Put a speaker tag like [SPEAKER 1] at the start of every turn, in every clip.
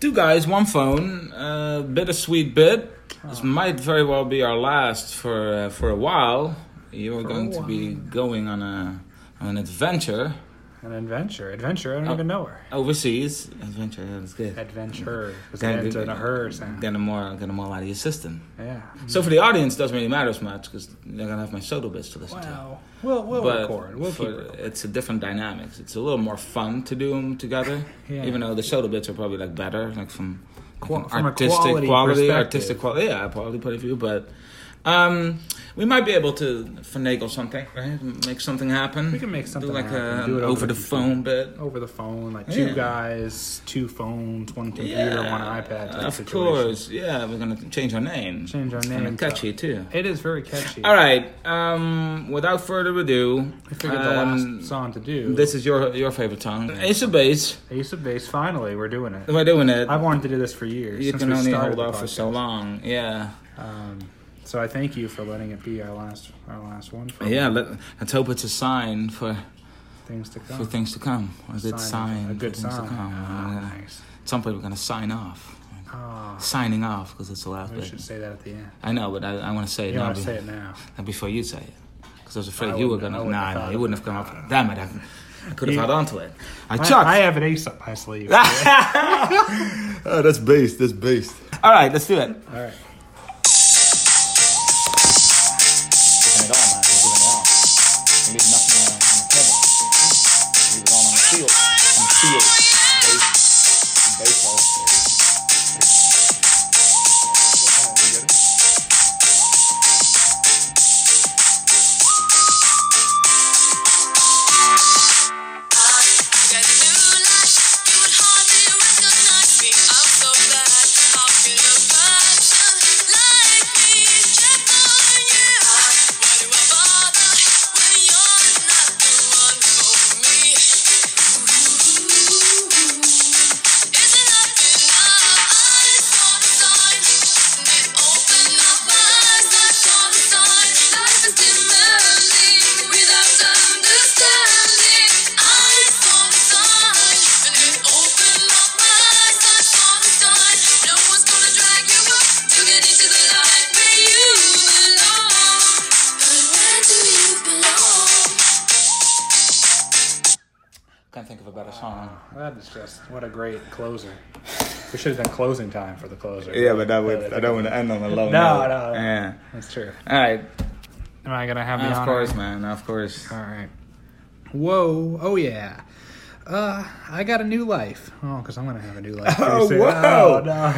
[SPEAKER 1] two guys, one phone, uh, bittersweet bit.
[SPEAKER 2] Ah.
[SPEAKER 1] This might very well be our last for uh, for a while. You are
[SPEAKER 2] For a
[SPEAKER 1] going to be going on a on an adventure
[SPEAKER 2] An adventure. Adventure, I don't
[SPEAKER 1] Oh.
[SPEAKER 2] even know her.
[SPEAKER 1] overseas. Adventure, yeah, that's good.
[SPEAKER 2] Adventure. It's
[SPEAKER 1] Then-
[SPEAKER 2] meant in a her Mm-hmm. sound.
[SPEAKER 1] Get a more, get a more out of your system.
[SPEAKER 2] Yeah.
[SPEAKER 1] So for the audience, it doesn't really matter as much because they're gonna have my solo bits to listen to.
[SPEAKER 2] Wow. We'll, we'll
[SPEAKER 1] but
[SPEAKER 2] record. We'll
[SPEAKER 1] for-
[SPEAKER 2] keep recording.
[SPEAKER 1] it's a different dynamics. It's a little more fun to do them together,
[SPEAKER 2] Yeah.
[SPEAKER 1] even though the solo bits are probably like better, like from,
[SPEAKER 2] Qua-
[SPEAKER 1] from
[SPEAKER 2] from a
[SPEAKER 1] artistic
[SPEAKER 2] quality
[SPEAKER 1] quality,
[SPEAKER 2] perspective.
[SPEAKER 1] artistic quality. Yeah, quality point of view, but. Um, we might be able to finagle something, right? Make something happen.
[SPEAKER 2] We can make something
[SPEAKER 1] do like
[SPEAKER 2] happen.
[SPEAKER 1] a
[SPEAKER 2] Do it
[SPEAKER 1] over,
[SPEAKER 2] over
[SPEAKER 1] the
[SPEAKER 2] the
[SPEAKER 1] phone bit.
[SPEAKER 2] Over the phone, like two
[SPEAKER 1] Yeah.
[SPEAKER 2] guys, two phones, one computer, one iPad. Type
[SPEAKER 1] Of
[SPEAKER 2] situation.
[SPEAKER 1] course, yeah. We're gonna change our name.
[SPEAKER 2] Change our name.
[SPEAKER 1] And catchy too.
[SPEAKER 2] It is very catchy.
[SPEAKER 1] All right. Um, without further ado,
[SPEAKER 2] I figured the
[SPEAKER 1] um,
[SPEAKER 2] last song to do.
[SPEAKER 1] this is your your favorite song, Ace of Base.
[SPEAKER 2] Ace of Base. Finally, we're doing it.
[SPEAKER 1] We're doing it.
[SPEAKER 2] I've wanted to do this for years.
[SPEAKER 1] you
[SPEAKER 2] since
[SPEAKER 1] can
[SPEAKER 2] we
[SPEAKER 1] only
[SPEAKER 2] started
[SPEAKER 1] hold
[SPEAKER 2] the
[SPEAKER 1] off for so
[SPEAKER 2] podcast.
[SPEAKER 1] long. Yeah.
[SPEAKER 2] Um, so I thank you for letting it be our last, our last one. For
[SPEAKER 1] Yeah. Let, let's hope it's a sign for
[SPEAKER 2] things to
[SPEAKER 1] for
[SPEAKER 2] come.
[SPEAKER 1] things to come. Or is it
[SPEAKER 2] Sign
[SPEAKER 1] sign
[SPEAKER 2] of- A good
[SPEAKER 1] for things
[SPEAKER 2] sign.
[SPEAKER 1] to come?
[SPEAKER 2] Ah,
[SPEAKER 1] We're gonna-
[SPEAKER 2] nice.
[SPEAKER 1] Some people are gonna sign off.
[SPEAKER 2] Ah,
[SPEAKER 1] Signing off because it's the last
[SPEAKER 2] we
[SPEAKER 1] bit.
[SPEAKER 2] should say that at the end.
[SPEAKER 1] I know, but I, I want to say it
[SPEAKER 2] You
[SPEAKER 1] now.
[SPEAKER 2] want to
[SPEAKER 1] be-
[SPEAKER 2] say it now?
[SPEAKER 1] And before you say it, because I was afraid
[SPEAKER 2] I
[SPEAKER 1] you were
[SPEAKER 2] wouldn't- I
[SPEAKER 1] gonna.
[SPEAKER 2] wouldn't
[SPEAKER 1] Nah,
[SPEAKER 2] have
[SPEAKER 1] nah,
[SPEAKER 2] thought
[SPEAKER 1] you
[SPEAKER 2] of
[SPEAKER 1] wouldn't have come up. Damn it! I, I could have
[SPEAKER 2] You-
[SPEAKER 1] held on to it. I
[SPEAKER 2] I,
[SPEAKER 1] chucked.
[SPEAKER 2] I have an ace up my sleeve.
[SPEAKER 1] Ah!
[SPEAKER 3] Oh, that's based. That's based.
[SPEAKER 1] All right, let's do it.
[SPEAKER 2] All right.
[SPEAKER 1] Giving it all, man. We're giving it all. We leave nothing on, on the table. We leave it all on the field. On the field. Base, in baseball. Can't think of a better song.
[SPEAKER 2] That is just what a great closer. We should have done closing time for the closer.
[SPEAKER 3] Yeah, but that would. I don't want to end on a low
[SPEAKER 2] No,
[SPEAKER 3] note.
[SPEAKER 2] no, no.
[SPEAKER 1] Yeah.
[SPEAKER 2] that's true.
[SPEAKER 1] All right.
[SPEAKER 2] Am I gonna have the
[SPEAKER 1] Of
[SPEAKER 2] honor?
[SPEAKER 1] course, man. Of course.
[SPEAKER 2] All right. Whoa! Oh yeah. Uh, I got a new life. Oh, because I'm gonna have a new life. pretty
[SPEAKER 3] Oh,
[SPEAKER 2] soon.
[SPEAKER 3] whoa.
[SPEAKER 2] Oh, no.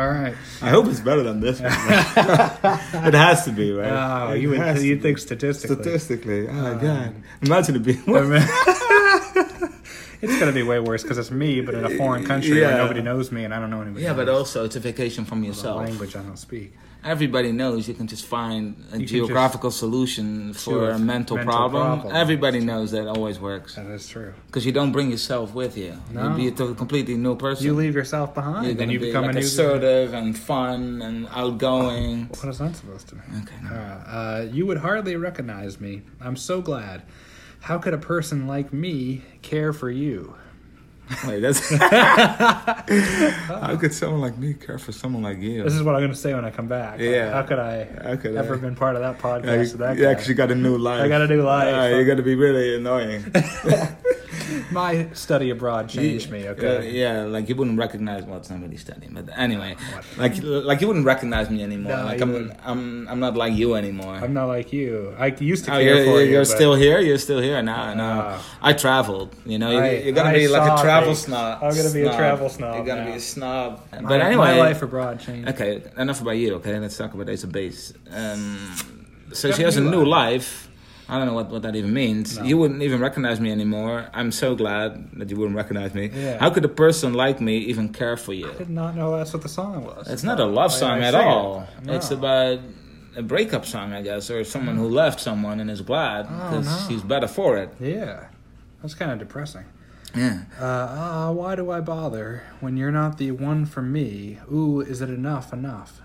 [SPEAKER 2] All right.
[SPEAKER 3] I hope it's better than this. One, man. it has to be, right?
[SPEAKER 2] Oh,
[SPEAKER 3] It
[SPEAKER 2] you would
[SPEAKER 3] has
[SPEAKER 2] you
[SPEAKER 3] to be.
[SPEAKER 2] think statistically? Um,
[SPEAKER 3] statistically? Oh god! Imagine it being.
[SPEAKER 2] I mean, it's gonna be way worse because it's me, but in a foreign country where
[SPEAKER 3] Yeah.
[SPEAKER 2] nobody knows me and I don't know anybody.
[SPEAKER 1] Yeah, but
[SPEAKER 2] else.
[SPEAKER 1] also it's a vacation from
[SPEAKER 2] The
[SPEAKER 1] yourself.
[SPEAKER 2] language I don't speak.
[SPEAKER 1] Everybody knows you can just find a
[SPEAKER 2] You can
[SPEAKER 1] geographical solution for
[SPEAKER 2] a
[SPEAKER 1] a mental,
[SPEAKER 2] mental
[SPEAKER 1] problem.
[SPEAKER 2] problem.
[SPEAKER 1] Everybody knows that always works
[SPEAKER 2] That is true.
[SPEAKER 1] because you don't bring yourself with you.
[SPEAKER 2] No.
[SPEAKER 1] You'd be a to- completely new person.
[SPEAKER 2] You leave yourself behind,
[SPEAKER 1] You're
[SPEAKER 2] and
[SPEAKER 1] gonna
[SPEAKER 2] you
[SPEAKER 1] be
[SPEAKER 2] become
[SPEAKER 1] like
[SPEAKER 2] a new.
[SPEAKER 1] assertive and fun and outgoing.
[SPEAKER 2] What is that supposed to mean?
[SPEAKER 1] Okay.
[SPEAKER 2] Uh, uh, you would hardly recognize me. I'm so glad. How could a person like me care for you?
[SPEAKER 3] Wait, that's. How could someone like me care for someone like you?
[SPEAKER 2] This is what I'm going to say when I come back.
[SPEAKER 3] Yeah.
[SPEAKER 2] How could I
[SPEAKER 3] How could
[SPEAKER 2] ever
[SPEAKER 3] I?
[SPEAKER 2] been part of that podcast?
[SPEAKER 3] Yeah,
[SPEAKER 2] with that
[SPEAKER 3] yeah,
[SPEAKER 2] guy?
[SPEAKER 3] 'cause you got a new life.
[SPEAKER 2] I got a new life.
[SPEAKER 3] Yeah, you got to be really annoying.
[SPEAKER 2] My study abroad changed me. Okay.
[SPEAKER 1] uh, Yeah, yeah, like you wouldn't recognize. Well, it's not really studying, but anyway, like like you wouldn't recognize me anymore.
[SPEAKER 2] No,
[SPEAKER 1] like
[SPEAKER 2] you
[SPEAKER 1] I'm
[SPEAKER 2] wouldn't.
[SPEAKER 1] I'm I'm not like you anymore.
[SPEAKER 2] I'm not like you. I used to
[SPEAKER 1] Oh,
[SPEAKER 2] care
[SPEAKER 1] you're,
[SPEAKER 2] for
[SPEAKER 1] you're,
[SPEAKER 2] you.
[SPEAKER 1] you're
[SPEAKER 2] but
[SPEAKER 1] still here. You're still here now. No,
[SPEAKER 2] Ah.
[SPEAKER 1] I traveled. You know, you,
[SPEAKER 2] I-
[SPEAKER 1] you're gonna
[SPEAKER 2] I
[SPEAKER 1] be like
[SPEAKER 2] saw
[SPEAKER 1] a travel
[SPEAKER 2] things.
[SPEAKER 1] snob.
[SPEAKER 2] I'm gonna be a
[SPEAKER 1] snob.
[SPEAKER 2] travel snob
[SPEAKER 1] You're gonna
[SPEAKER 2] now.
[SPEAKER 1] be a snob. But
[SPEAKER 2] my-
[SPEAKER 1] anyway,
[SPEAKER 2] my life abroad changed.
[SPEAKER 1] Okay, enough about you. Okay, let's talk about Ace of Base. Um, so
[SPEAKER 2] Got
[SPEAKER 1] she
[SPEAKER 2] a
[SPEAKER 1] has a
[SPEAKER 2] new
[SPEAKER 1] new life. I don't know what, what that even means. You wouldn't even recognize me anymore. I'm so glad that you wouldn't recognize me.
[SPEAKER 2] Yeah.
[SPEAKER 1] How could a person like me even care for you?
[SPEAKER 2] I did not know that's what the song was.
[SPEAKER 1] It's not a love
[SPEAKER 2] I- I
[SPEAKER 1] song at
[SPEAKER 2] sang it.
[SPEAKER 1] all.
[SPEAKER 2] No. Mm.
[SPEAKER 1] It's about a breakup song, I guess, or someone who left someone and is glad because
[SPEAKER 2] Oh, no.
[SPEAKER 1] he's better for it.
[SPEAKER 2] Yeah. That's kind of depressing.
[SPEAKER 1] Yeah.
[SPEAKER 2] Uh, uh, why do I bother when you're not the one for me? Ooh, is it enough? Enough.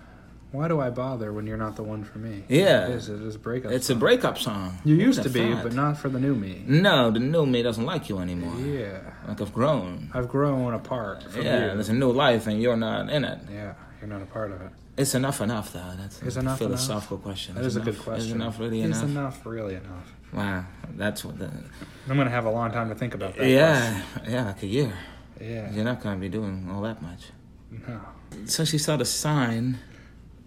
[SPEAKER 2] Why do I bother when you're not the one for me?
[SPEAKER 1] Yeah.
[SPEAKER 2] It is. It is a breakup.
[SPEAKER 1] It's a
[SPEAKER 2] song.
[SPEAKER 1] breakup song.
[SPEAKER 2] You
[SPEAKER 1] What
[SPEAKER 2] used
[SPEAKER 1] a
[SPEAKER 2] to be,
[SPEAKER 1] thought.
[SPEAKER 2] but not for the new me.
[SPEAKER 1] No, the new me doesn't like you anymore.
[SPEAKER 2] Yeah.
[SPEAKER 1] Like I've grown.
[SPEAKER 2] I've grown apart from
[SPEAKER 1] yeah,
[SPEAKER 2] you.
[SPEAKER 1] there's a new life and you're not in it.
[SPEAKER 2] Yeah, you're not a part of it.
[SPEAKER 1] It's enough enough though. That's
[SPEAKER 2] Is
[SPEAKER 1] a
[SPEAKER 2] enough
[SPEAKER 1] philosophical question.
[SPEAKER 2] That is a good
[SPEAKER 1] enough-
[SPEAKER 2] question.
[SPEAKER 1] Is enough really
[SPEAKER 2] Is
[SPEAKER 1] enough?
[SPEAKER 2] enough really enough?
[SPEAKER 1] Wow, that's what. The,
[SPEAKER 2] I'm gonna have a long time to think about that.
[SPEAKER 1] yeah, yeah, like a year.
[SPEAKER 2] question. Yeah.
[SPEAKER 1] You're not gonna be doing all that much.
[SPEAKER 2] No.
[SPEAKER 1] So she saw the sign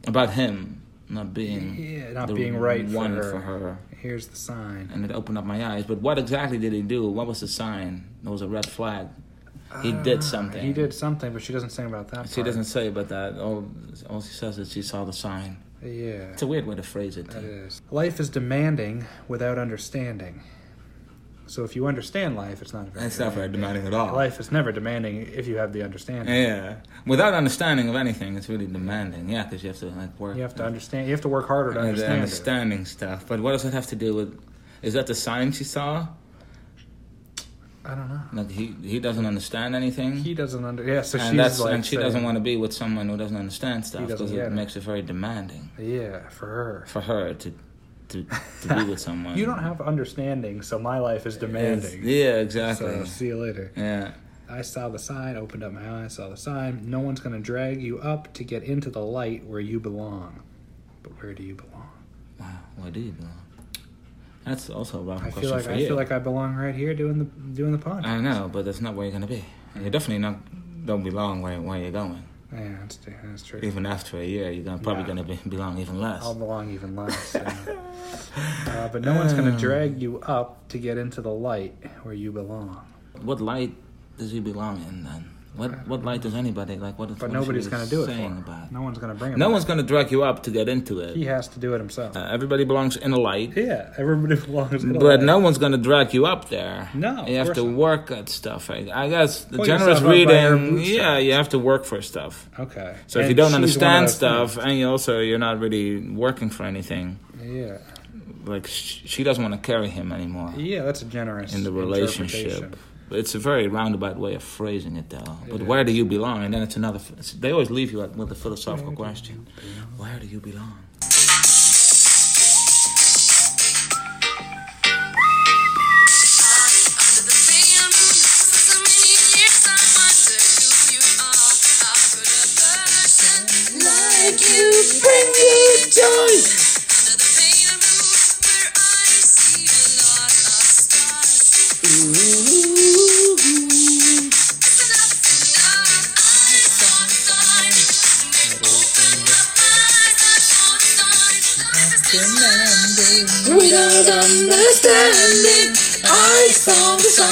[SPEAKER 1] about him not being
[SPEAKER 2] Yeah, not
[SPEAKER 1] the
[SPEAKER 2] being right for
[SPEAKER 1] one
[SPEAKER 2] her.
[SPEAKER 1] for her,
[SPEAKER 2] Here's the sign.
[SPEAKER 1] and it opened up my eyes. But what exactly did he do? What was the sign? It was a red flag. He did something.
[SPEAKER 2] Ah, Uh, He did something, but she doesn't sing about that.
[SPEAKER 1] She
[SPEAKER 2] part.
[SPEAKER 1] doesn't say about that. All, all she says is she saw the sign.
[SPEAKER 2] Yeah.
[SPEAKER 1] It's a weird way to phrase it.
[SPEAKER 2] That
[SPEAKER 1] too.
[SPEAKER 2] is. Life is demanding without understanding. So if you understand life, it's not very.
[SPEAKER 1] That's not very demanding at all.
[SPEAKER 2] Life is never demanding if you have the understanding.
[SPEAKER 1] Yeah, without understanding of anything, it's really demanding. Yeah, because you have to like work.
[SPEAKER 2] You have to understand. You have to work harder to
[SPEAKER 1] uh, the
[SPEAKER 2] understand. it.
[SPEAKER 1] understanding stuff. But what does it have to do with? Is that the sign she saw?
[SPEAKER 2] I don't know.
[SPEAKER 1] Like he he doesn't understand anything.
[SPEAKER 2] He doesn't under. Yeah. So she's
[SPEAKER 1] and that's
[SPEAKER 2] like.
[SPEAKER 1] and she
[SPEAKER 2] saying-
[SPEAKER 1] doesn't want to be with someone who doesn't understand stuff
[SPEAKER 2] doesn't
[SPEAKER 1] because it
[SPEAKER 2] get it.
[SPEAKER 1] makes it very demanding
[SPEAKER 2] Yeah, for her.
[SPEAKER 1] for her to to, to be with someone.
[SPEAKER 2] You don't have understanding, so my life is
[SPEAKER 1] It's-
[SPEAKER 2] demanding.
[SPEAKER 1] Yeah, exactly.
[SPEAKER 2] So see you later.
[SPEAKER 1] Yeah,
[SPEAKER 2] I saw the sign, opened up my eyes, saw the sign. No one's gonna drag you up to get into the light where you belong. But where do you belong?
[SPEAKER 1] wow. Where do you belong? That's also a rough
[SPEAKER 2] I
[SPEAKER 1] question
[SPEAKER 2] feel like
[SPEAKER 1] for
[SPEAKER 2] I
[SPEAKER 1] you. Uh,
[SPEAKER 2] feel like I belong right here doing the doing the podcast.
[SPEAKER 1] I know, but that's not where you're gonna be. And you definitely not don't belong where where you're going.
[SPEAKER 2] yeah, that's, true- that's true.
[SPEAKER 1] Even after a year, you're gonna, probably
[SPEAKER 2] Nah.
[SPEAKER 1] gonna be, belong even less.
[SPEAKER 2] I'll belong even less. yeah. uh, but no one's gonna drag you up to get into the light where you belong.
[SPEAKER 1] What light does he belong in then? What what light does anybody like? What?
[SPEAKER 2] But nobody's
[SPEAKER 1] gonna
[SPEAKER 2] gonna do it. For
[SPEAKER 1] Saying
[SPEAKER 2] him.
[SPEAKER 1] about.
[SPEAKER 2] No one's gonna bring him.
[SPEAKER 1] No
[SPEAKER 2] back.
[SPEAKER 1] one's gonna drag you up to get into
[SPEAKER 2] He
[SPEAKER 1] it.
[SPEAKER 2] has to do it himself.
[SPEAKER 1] Uh, everybody belongs in a light,
[SPEAKER 2] yeah, everybody belongs. in the
[SPEAKER 1] but
[SPEAKER 2] light.
[SPEAKER 1] no one's gonna drag you up there.
[SPEAKER 2] No, of
[SPEAKER 1] you have
[SPEAKER 2] course
[SPEAKER 1] to
[SPEAKER 2] not.
[SPEAKER 1] work at stuff. I, I guess the
[SPEAKER 2] Pull
[SPEAKER 1] generous
[SPEAKER 2] yourself up by your
[SPEAKER 1] reading. Yeah,
[SPEAKER 2] bootstraps.
[SPEAKER 1] you have to work for stuff.
[SPEAKER 2] Okay.
[SPEAKER 1] So if
[SPEAKER 2] And
[SPEAKER 1] you don't
[SPEAKER 2] she's one of
[SPEAKER 1] understand
[SPEAKER 2] those
[SPEAKER 1] stuff, and you also you're not really working for anything.
[SPEAKER 2] things. Yeah.
[SPEAKER 1] Like sh- she doesn't want to carry him anymore.
[SPEAKER 2] Yeah, that's a generous
[SPEAKER 1] in the
[SPEAKER 2] interpretation.
[SPEAKER 1] relationship. It's a very roundabout way of phrasing it, though. But
[SPEAKER 2] It
[SPEAKER 1] where do you belong? And then it's another. ph- They always leave you at- with a philosophical question: Where do you belong?
[SPEAKER 4] Under the pale moon, for so many years I wondered who you are. How could a person like you bring me joy? Under the pale moon, where I see a lot of stars. It's enough to know eyes on stars. Make open my eyes, eyes on stars. Stars to
[SPEAKER 5] Without understanding, I saw the sign.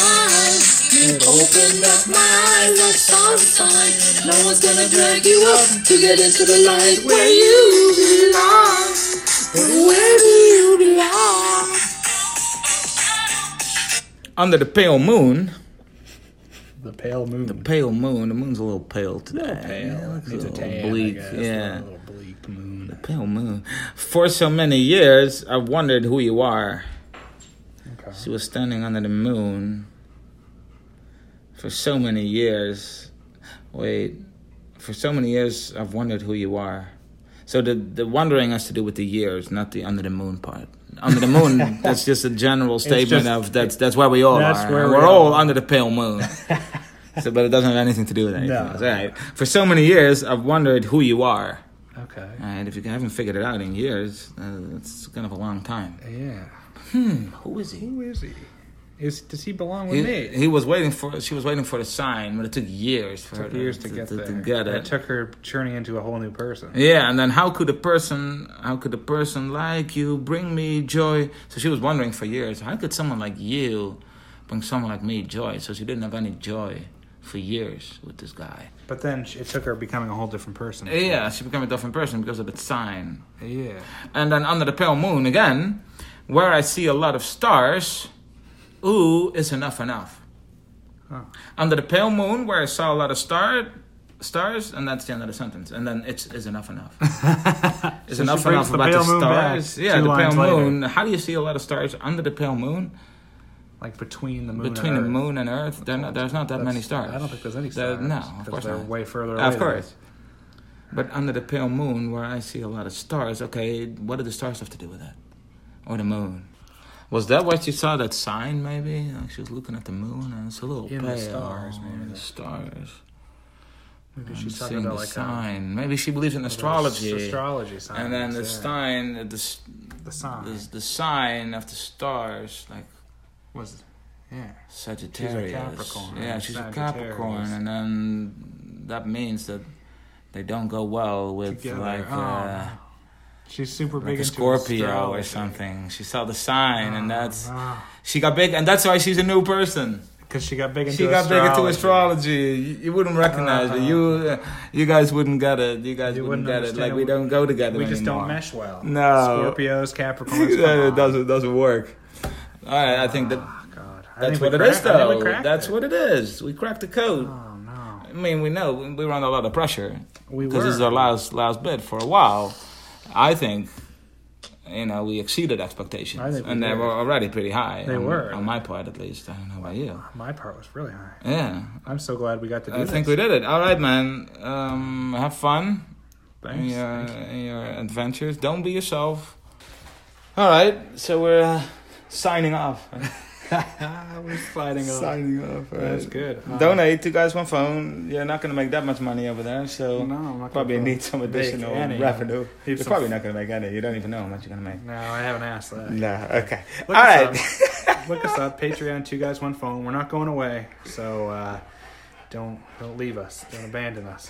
[SPEAKER 5] Opened up my eyes, I saw the sign. No one's gonna drag you up to get into the light where you belong. Where do you belong?
[SPEAKER 1] Under the pale moon.
[SPEAKER 2] The pale moon.
[SPEAKER 1] The pale moon. The moon's a little pale today.
[SPEAKER 2] pale.
[SPEAKER 1] It's a
[SPEAKER 2] Needs a
[SPEAKER 1] little
[SPEAKER 2] tan,
[SPEAKER 1] bleak.
[SPEAKER 2] I guess.
[SPEAKER 1] Yeah.
[SPEAKER 2] A little bleak moon.
[SPEAKER 1] Pale moon. For so many years, I wondered who you are.
[SPEAKER 2] Okay.
[SPEAKER 1] She was standing under the moon for so many years. Wait, for so many years I've wondered who you are. So the the wondering has to do with the years, not the under the moon part. Under the moon, that's just a general statement
[SPEAKER 2] just-
[SPEAKER 1] of that's that's where we all
[SPEAKER 2] That's
[SPEAKER 1] are.
[SPEAKER 2] where we
[SPEAKER 1] We're
[SPEAKER 2] all
[SPEAKER 1] all
[SPEAKER 2] are.
[SPEAKER 1] under the pale moon. so, but it doesn't have anything to do with anything.
[SPEAKER 2] No.
[SPEAKER 1] else. All right. For so many years, I've wondered who you are.
[SPEAKER 2] Okay.
[SPEAKER 1] And if you haven't figured it out in years, uh, it's kind of a long time.
[SPEAKER 2] Yeah.
[SPEAKER 1] Who is he?
[SPEAKER 2] Who is he? Is does he belong with
[SPEAKER 1] He,
[SPEAKER 2] me?
[SPEAKER 1] he was waiting for. She was waiting for the sign, but it took years for her
[SPEAKER 2] Took years to
[SPEAKER 1] to,
[SPEAKER 2] get
[SPEAKER 1] to,
[SPEAKER 2] there.
[SPEAKER 1] to get
[SPEAKER 2] it
[SPEAKER 1] it.
[SPEAKER 2] took her turning into a whole new person.
[SPEAKER 1] yeah, and then how could a person, how could a person like you bring me joy? So she was wondering for years, how could someone like you bring someone like me joy? So she didn't have any joy for years with this guy.
[SPEAKER 2] But then sh- it took her becoming a whole different person.
[SPEAKER 1] Yeah, she became a different person because of that sign.
[SPEAKER 2] Yeah.
[SPEAKER 1] And then under the pale moon again, where I see a lot of stars, ooh is enough enough.
[SPEAKER 2] Huh.
[SPEAKER 1] Under the pale moon, where I saw a lot of star stars, and that's the end of the sentence. And then it's is enough enough. is
[SPEAKER 2] So
[SPEAKER 1] enough
[SPEAKER 2] she
[SPEAKER 1] enough
[SPEAKER 2] brings the
[SPEAKER 1] about the
[SPEAKER 2] pale moon back
[SPEAKER 1] stars. Yeah,
[SPEAKER 2] two
[SPEAKER 1] the pale
[SPEAKER 2] lines later.
[SPEAKER 1] moon. How do you see a lot of stars under the pale moon?
[SPEAKER 2] Like between the moon.
[SPEAKER 1] Between
[SPEAKER 2] and
[SPEAKER 1] the
[SPEAKER 2] Earth.
[SPEAKER 1] moon and Earth, there not, there's not that many
[SPEAKER 2] That's-
[SPEAKER 1] stars.
[SPEAKER 2] I don't think there's any
[SPEAKER 1] There-
[SPEAKER 2] stars.
[SPEAKER 1] no, of
[SPEAKER 2] because
[SPEAKER 1] course
[SPEAKER 2] they're
[SPEAKER 1] not.
[SPEAKER 2] way further away.
[SPEAKER 1] Of
[SPEAKER 2] than
[SPEAKER 1] course.
[SPEAKER 2] us.
[SPEAKER 1] But under the pale moon, where I see a lot of stars, okay, what do the stars have to do with that? Or the moon? Was that why she saw that sign, maybe? Like she was looking at the moon and it's a little
[SPEAKER 2] In the
[SPEAKER 1] pale.
[SPEAKER 2] stars, maybe.
[SPEAKER 1] or The stars.
[SPEAKER 2] Maybe
[SPEAKER 1] She's
[SPEAKER 2] she's talking
[SPEAKER 1] seeing the
[SPEAKER 2] about like a,
[SPEAKER 1] sign. Maybe she believes in astrology.
[SPEAKER 2] astrology sign.
[SPEAKER 1] and then the
[SPEAKER 2] yeah.
[SPEAKER 1] sign, the, s-
[SPEAKER 2] The sign
[SPEAKER 1] the, the sign of the stars, like
[SPEAKER 2] was, yeah.
[SPEAKER 1] Sagittarius.
[SPEAKER 2] Capricorn,
[SPEAKER 1] Yeah,
[SPEAKER 2] right?
[SPEAKER 1] she's a
[SPEAKER 2] Sagittarius.
[SPEAKER 1] Capricorn, and then that means that they don't go well with
[SPEAKER 2] Together.
[SPEAKER 1] like
[SPEAKER 2] Oh,
[SPEAKER 1] uh,
[SPEAKER 2] no. She's super big
[SPEAKER 1] like a
[SPEAKER 2] into
[SPEAKER 1] Scorpio or
[SPEAKER 2] astrology. Oh,
[SPEAKER 1] something. She saw the sign, and that's
[SPEAKER 2] Ah,
[SPEAKER 1] she got big, and that's why she's a new person.
[SPEAKER 2] 'cause she got big into
[SPEAKER 1] She got big into astrology. You, you wouldn't recognize
[SPEAKER 2] Uh-huh.
[SPEAKER 1] it. You uh, you guys wouldn't get it. You guys
[SPEAKER 2] You
[SPEAKER 1] wouldn't,
[SPEAKER 2] wouldn't
[SPEAKER 1] get it. Like
[SPEAKER 2] understand.
[SPEAKER 1] we don't go together.
[SPEAKER 2] We just
[SPEAKER 1] anymore.
[SPEAKER 2] don't mesh well.
[SPEAKER 1] No.
[SPEAKER 2] Scorpios, Capricorns. come
[SPEAKER 1] it
[SPEAKER 2] on.
[SPEAKER 1] doesn't doesn't work. All right, I think that
[SPEAKER 2] Ah, God. I
[SPEAKER 1] that's
[SPEAKER 2] think we
[SPEAKER 1] what it is,
[SPEAKER 2] cracked- I think we
[SPEAKER 1] though.
[SPEAKER 2] cracked
[SPEAKER 1] That's
[SPEAKER 2] it.
[SPEAKER 1] what it is. We cracked the code.
[SPEAKER 2] Oh no.
[SPEAKER 1] I mean, we know we were under a lot of pressure
[SPEAKER 2] We were.
[SPEAKER 1] because this is our last last bid for a while. I think you know we exceeded expectations,
[SPEAKER 2] I think we
[SPEAKER 1] and they
[SPEAKER 2] did.
[SPEAKER 1] were already pretty high.
[SPEAKER 2] They
[SPEAKER 1] on,
[SPEAKER 2] were.
[SPEAKER 1] on my part at least. I don't know about you.
[SPEAKER 2] My part was really high.
[SPEAKER 1] Yeah,
[SPEAKER 2] I'm so glad we got to do
[SPEAKER 1] I think we
[SPEAKER 2] this.
[SPEAKER 1] did it. All right, man. Um, have fun in
[SPEAKER 2] Thanks.
[SPEAKER 1] your,
[SPEAKER 2] Thank
[SPEAKER 1] in your adventures. Don't be yourself. All right, so we're uh, signing off.
[SPEAKER 2] you. We're sliding
[SPEAKER 1] off.
[SPEAKER 2] off. That's good. Uh,
[SPEAKER 1] Donate to guys one phone. You're not gonna make that much money over there, so
[SPEAKER 2] No, I'm not gonna
[SPEAKER 1] probably
[SPEAKER 2] go
[SPEAKER 1] need some
[SPEAKER 2] make
[SPEAKER 1] additional
[SPEAKER 2] any.
[SPEAKER 1] revenue. You're
[SPEAKER 2] some-
[SPEAKER 1] probably not gonna make any. You don't even know how much you're gonna make.
[SPEAKER 2] No, I haven't asked that.
[SPEAKER 1] No, okay.
[SPEAKER 2] Look
[SPEAKER 1] All
[SPEAKER 2] us
[SPEAKER 1] right.
[SPEAKER 2] Up. Look us up. Patreon, two guys, one phone. We're not going away, so uh, don't don't leave us. Don't abandon us.